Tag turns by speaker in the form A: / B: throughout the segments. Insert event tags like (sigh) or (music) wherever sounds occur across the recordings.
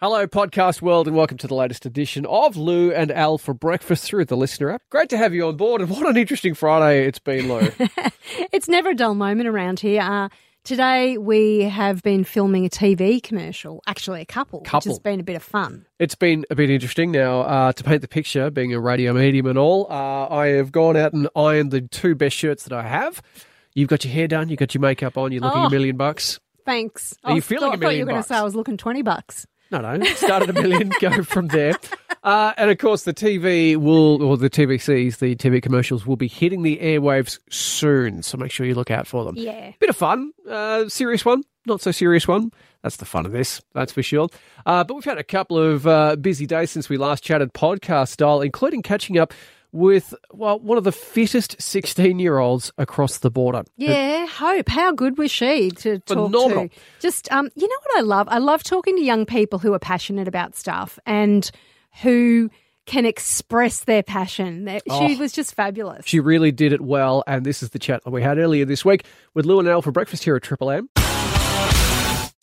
A: Hello, podcast world, and welcome to the latest edition of Lou and Al for breakfast through the listener app. Great to have you on board, and what an interesting Friday it's been, Lou.
B: It's never a dull moment around here. Uh, today we have been filming a TV commercial, actually a couple, which
A: Couple.
B: has been a bit of fun.
A: it's been a bit interesting now uh, to paint the picture, being a radio medium and all. Uh, I have gone out and ironed the two best shirts that I have. You've got your hair done, you've got your makeup on, you're looking
B: Oh.
A: a million bucks.
B: Thanks.
A: Are
B: I
A: you feeling
B: thought,
A: a
B: I thought you
A: million
B: were going
A: bucks?
B: to say I was looking twenty bucks.
A: No, no. Start at a million, (laughs) go from there. Uh, and of course, the TV will, or the TVCs, the TV commercials will be hitting the airwaves soon. So make sure you look out for them.
B: Yeah.
A: Bit of fun, uh, serious one, not so serious one. That's the fun of this, that's for sure. Uh, but we've had a couple of uh, busy days since we last chatted podcast style, including catching up with, well, one of the fittest 16 year olds across the border.
B: Yeah, Hope. How good was she to talk
A: Phenomenal.
B: to? Just um, you know what I love? I love talking to young people who are passionate about stuff and who can express their passion. That- She
A: Oh.
B: was just fabulous.
A: She really did it well, and this is the chat that we had earlier this week with Lou and Al for breakfast here at Triple M.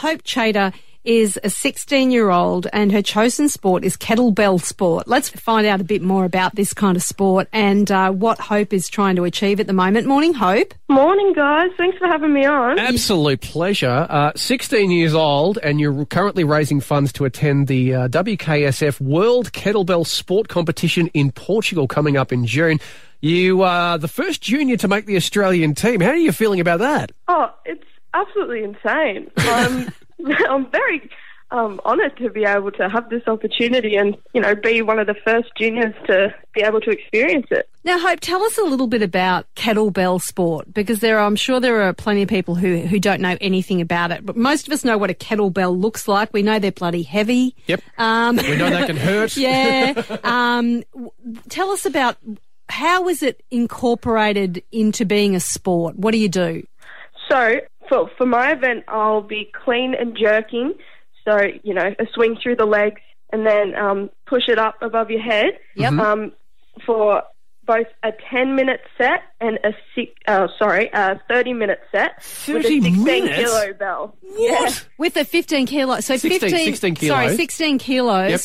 C: Hope Chater is a 16 year old and her chosen sport is kettlebell sport. Let's find out a bit more about this kind of sport and uh, what Hope is trying to achieve at the moment. Morning, Hope.
D: Morning, guys. Thanks for having me on.
A: Uh, Absolute pleasure. Uh, 16 years old, and you're currently raising funds to attend the uh, WKSF World Kettlebell Sport Competition in Portugal coming up in June. You are the first junior to make the Australian team. How are you feeling about that?
D: Oh, it's absolutely insane. Um, I'm very um, honoured to be able to have this opportunity and, you know, be one of the first juniors to be able to experience it.
C: Now, Hope, tell us a little bit about kettlebell sport because there are, I'm sure there are plenty of people who, who don't know anything about it, but most of us know what a kettlebell looks like. We know they're bloody heavy.
A: Yep.
C: Um,
A: We know that can (laughs) hurt.
C: (laughs) yeah. Um, w- tell us about how is it incorporated into being a sport? What do you do?
D: So, for, for my event, I'll be clean and jerking. So, you know, a swing through the legs and then um, push it up above your head
C: Yep.
D: um, for both a 10 minute set and a six, uh, sorry, a 30 minute set with a
A: 30
D: 16
A: minutes?
D: kilo bell.
A: What?
C: With the 15 kilo, so
A: 16
C: 15,
A: 16
C: sorry,
A: kilos.
C: 16 kilos.
A: Yep.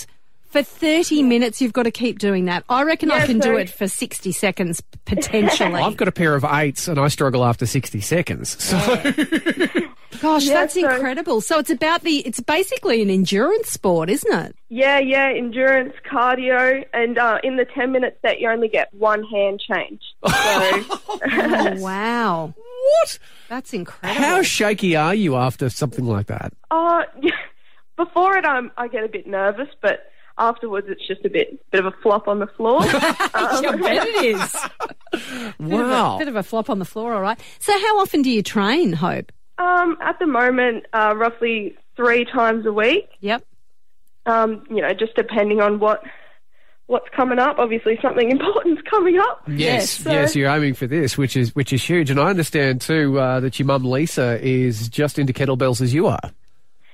C: For 30 minutes, you've got to keep doing that. I reckon I
D: Yeah,
C: can do
D: so-
C: it for 60 seconds potentially.
A: (laughs) I've got a pair of eights, and I struggle after 60 seconds. So
C: Gosh, that's
D: so-
C: incredible. So it's about the, it's basically an endurance sport, isn't
D: (laughs)
C: it?
D: Yeah, yeah, endurance, cardio, and uh, in the 10 minute set, you only get one hand
A: (laughs)
D: change. So,
C: Oh, wow.
A: what?
C: That's incredible.
A: How shaky are you after something like that?
D: uh, (laughs) before it, um, I get a bit nervous, but afterwards, it's just a bit, bit of a flop on the
A: (laughs)
D: floor. Uh, (laughs)
C: I bet it is.
A: Wow.
C: Bit of a flop on the floor, all right. So how often do you train, Hope?
D: um, at the moment, uh, roughly three times a week.
C: Yep.
D: Um, you know, just depending on what what's coming up. Obviously, something (laughs) important's coming up.
A: Yes, yes,
D: so-
A: you're aiming for this, which is which is huge. And I understand too uh, that your mum Lisa is just into kettlebells as you are.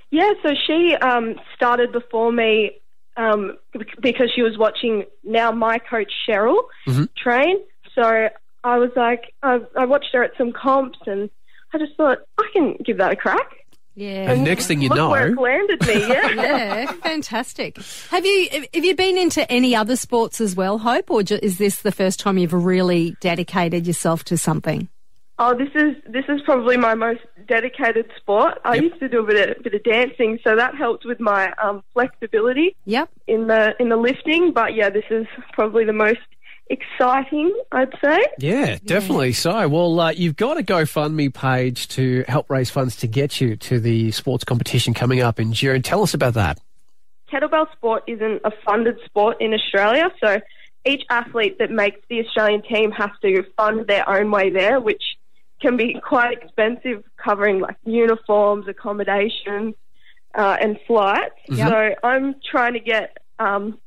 D: Yeah, so she um, started before me um, bec- because she was watching now my coach Cheryl
A: Mm-hmm.
D: train. So I was like, I, I watched her at some comps and I just thought, I can give that a crack.
C: Yeah.
A: And next thing you
D: Look where it
A: know,
D: landed
A: (laughs)
D: me, yeah.
C: Yeah, (laughs) fantastic. Have you have you been into any other sports as well, Hope, or ju- is this the first time you've really dedicated yourself to something?
D: oh, this is this is probably my most dedicated sport. I used to do a bit of, bit of dancing, so that helped with my um, flexibility
C: Yep.
D: in the in the lifting. But yeah, this is probably the most exciting, I'd say.
A: yeah, definitely. So, well, uh, you've got a GoFundMe page to help raise funds to get you to the sports competition coming up in June. Tell us about that.
D: kettlebell sport isn't a funded sport in Australia, so each athlete that makes the Australian team has to fund their own way there, which can be (laughs) quite expensive, covering like uniforms, accommodations, uh, and flights.
C: Mm-hmm.
D: So I'm trying to get um,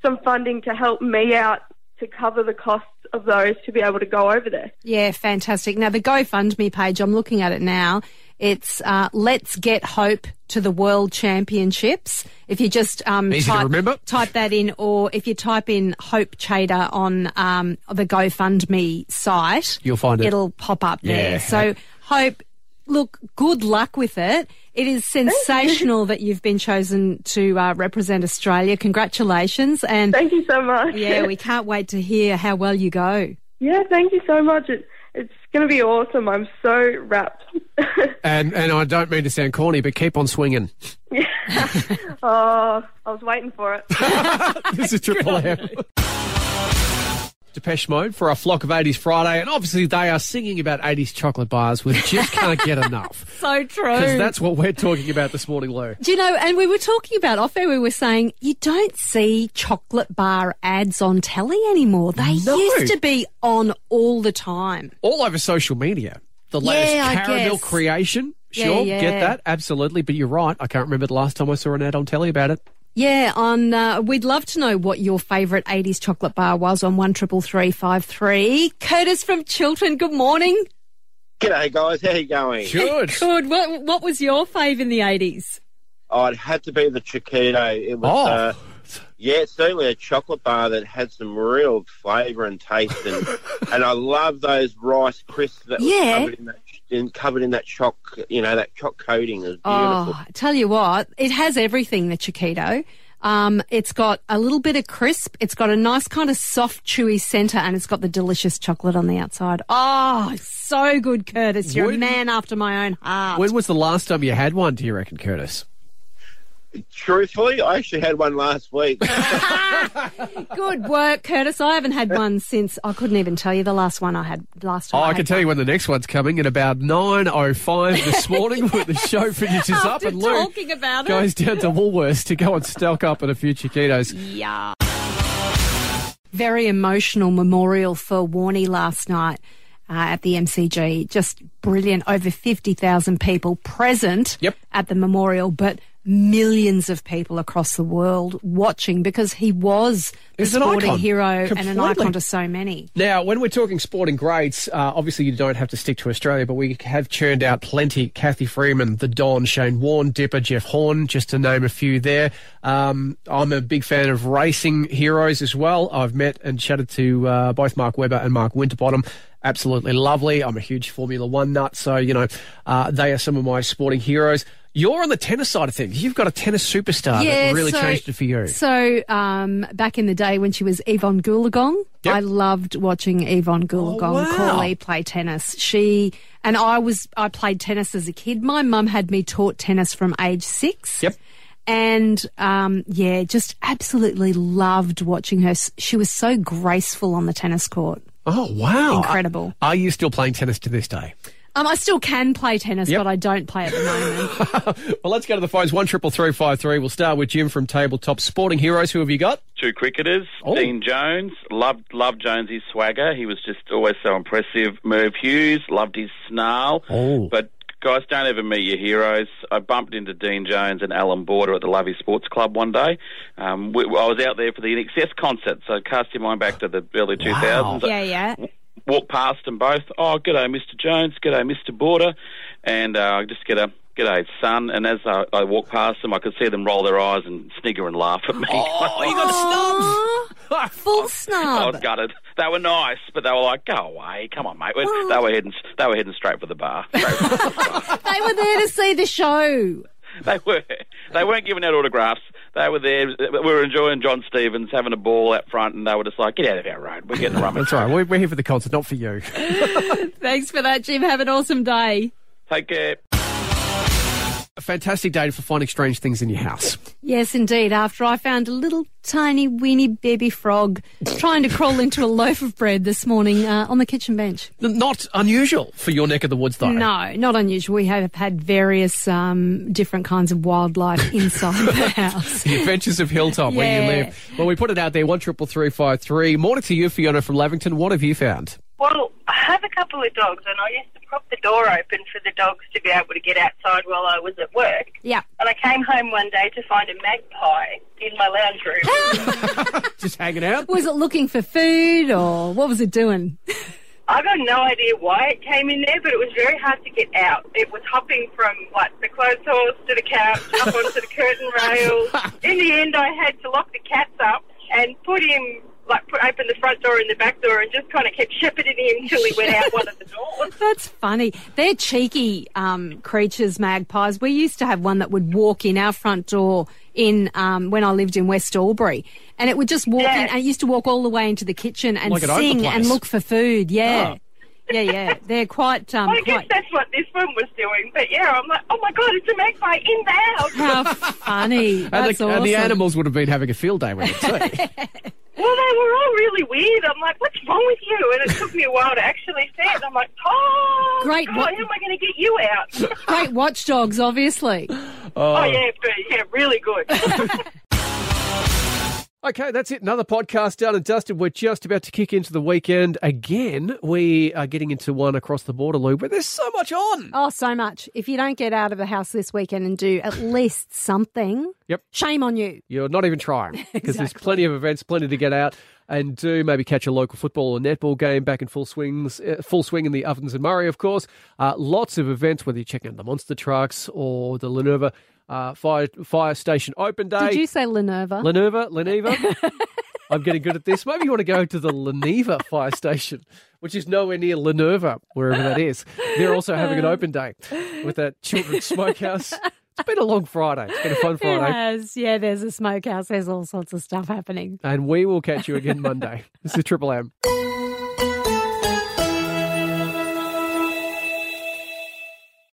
D: some funding to help me out to cover the costs of those to be able to go over there.
C: Yeah, fantastic. Now the GoFundMe page, I'm looking at it now. It's uh, Let's Get Hope to the World Championships. If you just um,
A: Easy to
C: type,
A: remember.
C: type that in, or if you type in Hope Chater on um, the GoFundMe site,
A: You'll find it.
C: It'll pop up
A: Yeah.
C: there. So Hope, look, good luck with it. It is sensational that you've been chosen to uh, represent Australia. Congratulations. And
D: Thank you so much.
C: yeah, we can't wait to hear how well you go.
D: (laughs) Yeah, thank you so much. It, it's going to be awesome. I'm so wrapped. (laughs)
C: Uh,
A: And and I don't mean to sound corny, but keep on swinging.
D: oh, I was waiting
C: (laughs)
D: for it.
A: (laughs) this is Triple M. (laughs) Depeche Mode for our Flock of 80s Friday, and obviously they are singing about 80s chocolate bars. We just can't (laughs) get enough.
C: So true.
A: Because that's what we're talking about this morning, Lou.
C: Do you know, and we were talking about off air, we were saying you don't see chocolate bar ads on telly anymore. They
A: No.
C: used to be on all the time.
A: All over social media. The latest
C: Yeah, I
A: caramel
C: guess.
A: creation.
C: Yeah,
A: Sure,
C: yeah.
A: get that. Absolutely. But you're right. I can't remember the last time I saw an ad on telly about it.
C: Yeah, on uh, we'd love to know what your favourite 80s chocolate bar was on 133353. Curtis from Chiltern, good morning.
E: G'day, guys. How you going?
A: Good.
C: Good. What, what was your fave in the 80s?
E: Oh, it had to be the Chiquito. It
A: Oh.
E: was, uh, yeah, it's certainly a chocolate bar that had some real flavour and taste,
C: (laughs)
E: and and I love those rice crisps that
C: Yeah.
E: was covered in that, in, covered in that choc, you know, that choc coating. It was beautiful.
C: Oh, I tell you what, it has everything, the Chiquito. Um, it's got a little bit of crisp. It's got a nice kind of soft, chewy centre, and it's got the delicious chocolate on the outside. Oh, so good, Curtis. You're a
A: Wouldn't-
C: man after my own heart.
A: When was the last time you had one, do you reckon, Curtis?
E: Truthfully, I actually had one
C: (laughs)
E: last week.
C: good work, Curtis. I haven't had one since I couldn't even tell you the last one I had last time.
A: Oh, I
C: had
A: can tell you when the next one's coming at about 9.05 this morning when the show finishes up
C: (laughs) After
A: and Lou
C: talking about it.
A: goes down to Woolworths to go and stock up on a few Chiquitos.
C: Yeah. Very emotional memorial for Warney last night uh, at the MCG. Just brilliant. Over 50,000 people present
A: Yep.
C: at the memorial, but millions of people across the world watching because he was the
A: He's an
C: sporting
A: icon.
C: hero and an
A: Completely.
C: icon to so many.
A: Now, when we're talking sporting grades, uh, obviously you don't have to stick to Australia, but we have churned out plenty. Kathy Freeman, The Don, Shane Warne, Dipper, Jeff Horn, just to name a few there. Um, I'm a big fan of racing heroes as well. I've met and chatted to uh, both Mark Webber and Mark Winterbottom. Absolutely lovely. I'm a huge Formula One nut, so, you know, uh, they are some of my sporting heroes. You're on the tennis side of things. You've got a tennis superstar that really changed it for you.
C: So um, back in the day when she was Yvonne Goolagong,
A: Yep. Oh,
C: I loved watching Yvonne Goolagong
A: wow.
C: Corley play tennis. She and I was I played tennis as a kid. My mum had me taught tennis from age six.
A: Yep.
C: And um, yeah, just absolutely loved watching her. S- She was so graceful on the tennis court.
A: oh, wow.
C: Incredible.
A: Are you still playing tennis to this day?
C: Um, I still can play tennis,
A: Yep.
C: but I don't play at the
A: (laughs)
C: moment.
A: Well, let's go to the phones. One triple three five three. We'll start with Jim from Tabletop Sporting Heroes. Who have you got?
F: two cricketers.
A: Oh.
F: Dean Jones loved loved Jonesy's swagger. He was just always so impressive. Merv Hughes loved his snarl.
A: Oh.
F: But guys, don't ever meet your heroes. I bumped into Dean Jones and Alan Border at the Lovey Sports Club one day. Um, we, I was out there for the NXS concert, so cast your mind back to the early two thousands.
C: yeah, yeah.
F: Walked past them both. Oh, g'day, Mr. Jones. G'day, Mr. Border. And uh, I just get a. G'day, son. And as I, I walked past them, I could see them roll their eyes and snigger and laugh at me.
A: Oh.
F: (laughs)
A: you got
C: Aw, full
F: I
C: snub.
F: was gutted. They were nice, but they were like, "Go away, come on, mate." We're- They were heading, they were heading straight for the bar. Straight for the bar.
C: they were there to see the show.
F: they were, they weren't giving out autographs. They were there. We were enjoying John Stevens having a ball out front, and they were just like, "Get out of our road. We're getting
A: (laughs)
F: rummy."
A: That's all right. We're, we're here for the concert, not for you.
C: Thanks for that, Jim. Have an awesome day.
F: Take care.
A: A fantastic day for finding strange things in your house.
C: Yes, indeed. After I found a little tiny, weeny baby frog trying to crawl into a loaf of bread this morning uh, on the kitchen bench.
A: N- Not unusual for your neck of the woods, though.
C: No, not unusual. We have had various um, different kinds of wildlife (laughs) inside the house.
A: The Adventures of Hilltop, where you
C: Yeah.
A: live. Well, we put it out there. One triple three five three. Morning to you, Fiona from Lavington. What have you found?
G: Well, I have a couple of dogs, and I used to prop the door open for the dogs to be able to get outside while I was at work.
C: Yeah.
G: And I came home one day to find a magpie in my lounge room.
A: Just hanging out.
C: Was it looking for food or what was it doing?
G: I got no idea why it came in there, but it was very hard to get out. It was hopping from like the clothes horse to the couch, up onto the curtain rail. In the end, I had to lock the cats up and put him like put open the front door and the back door and just kind of kept shepherding him until he went out one of the doors.
C: That's funny. They're cheeky um, creatures, magpies. We used to have one that would walk in our front door in um, when I lived in West Albury, and it would just walk
G: Yeah.
C: in. And it used to walk all the way into the kitchen and
H: Like it owned the
C: sing
H: place.
C: and look for food. Yeah,
A: Ah.
C: yeah, yeah. They're quite um,
G: I guess
C: quite.
G: that's what this one was doing. But yeah, I'm like, oh my god, it's a magpie in the house.
C: How funny!
A: And,
C: That's
A: the,
C: awesome.
A: and the animals would have been having a field day with it
C: (laughs)
A: too.
G: Well, they were all really weird. I'm like, what's wrong with you? And it took me a while to actually see it. I'm like, oh,
C: Great,
G: God,
C: what-
G: how am I going to get you
C: (laughs)
G: out?
C: Great watchdogs, obviously.
G: oh yeah, but yeah, really good.
A: Okay, that's it. Another podcast down and dusted. We're just about to kick into the weekend again. We are getting into one across the border, Lou, but there's so much on.
B: Oh, so much. If you don't get out of the house this weekend and do at least something,
A: Yep.
B: shame on you.
A: You're not
B: (laughs)
A: even trying because there's plenty of events, plenty to get out and do. Maybe catch a local football or netball game back in full swings, uh, full swing in the ovens and Murray, of course. Uh, lots of events, whether you're checking out the monster trucks or the Lenovo uh, fire fire station open day.
B: Did you say Lenova?
A: Leneva,
B: (laughs)
A: Leneva. I'm getting good at this. Maybe you want to go to the Leneva fire station, which is nowhere near Lenova, wherever that is. They're also having an open day with that children's smokehouse. It's been a long Friday. It's been a fun Friday.
B: Yes, (laughs) yeah, there's a smokehouse. There's all sorts of stuff happening.
A: And we will catch you again Monday. (laughs) This is Triple M.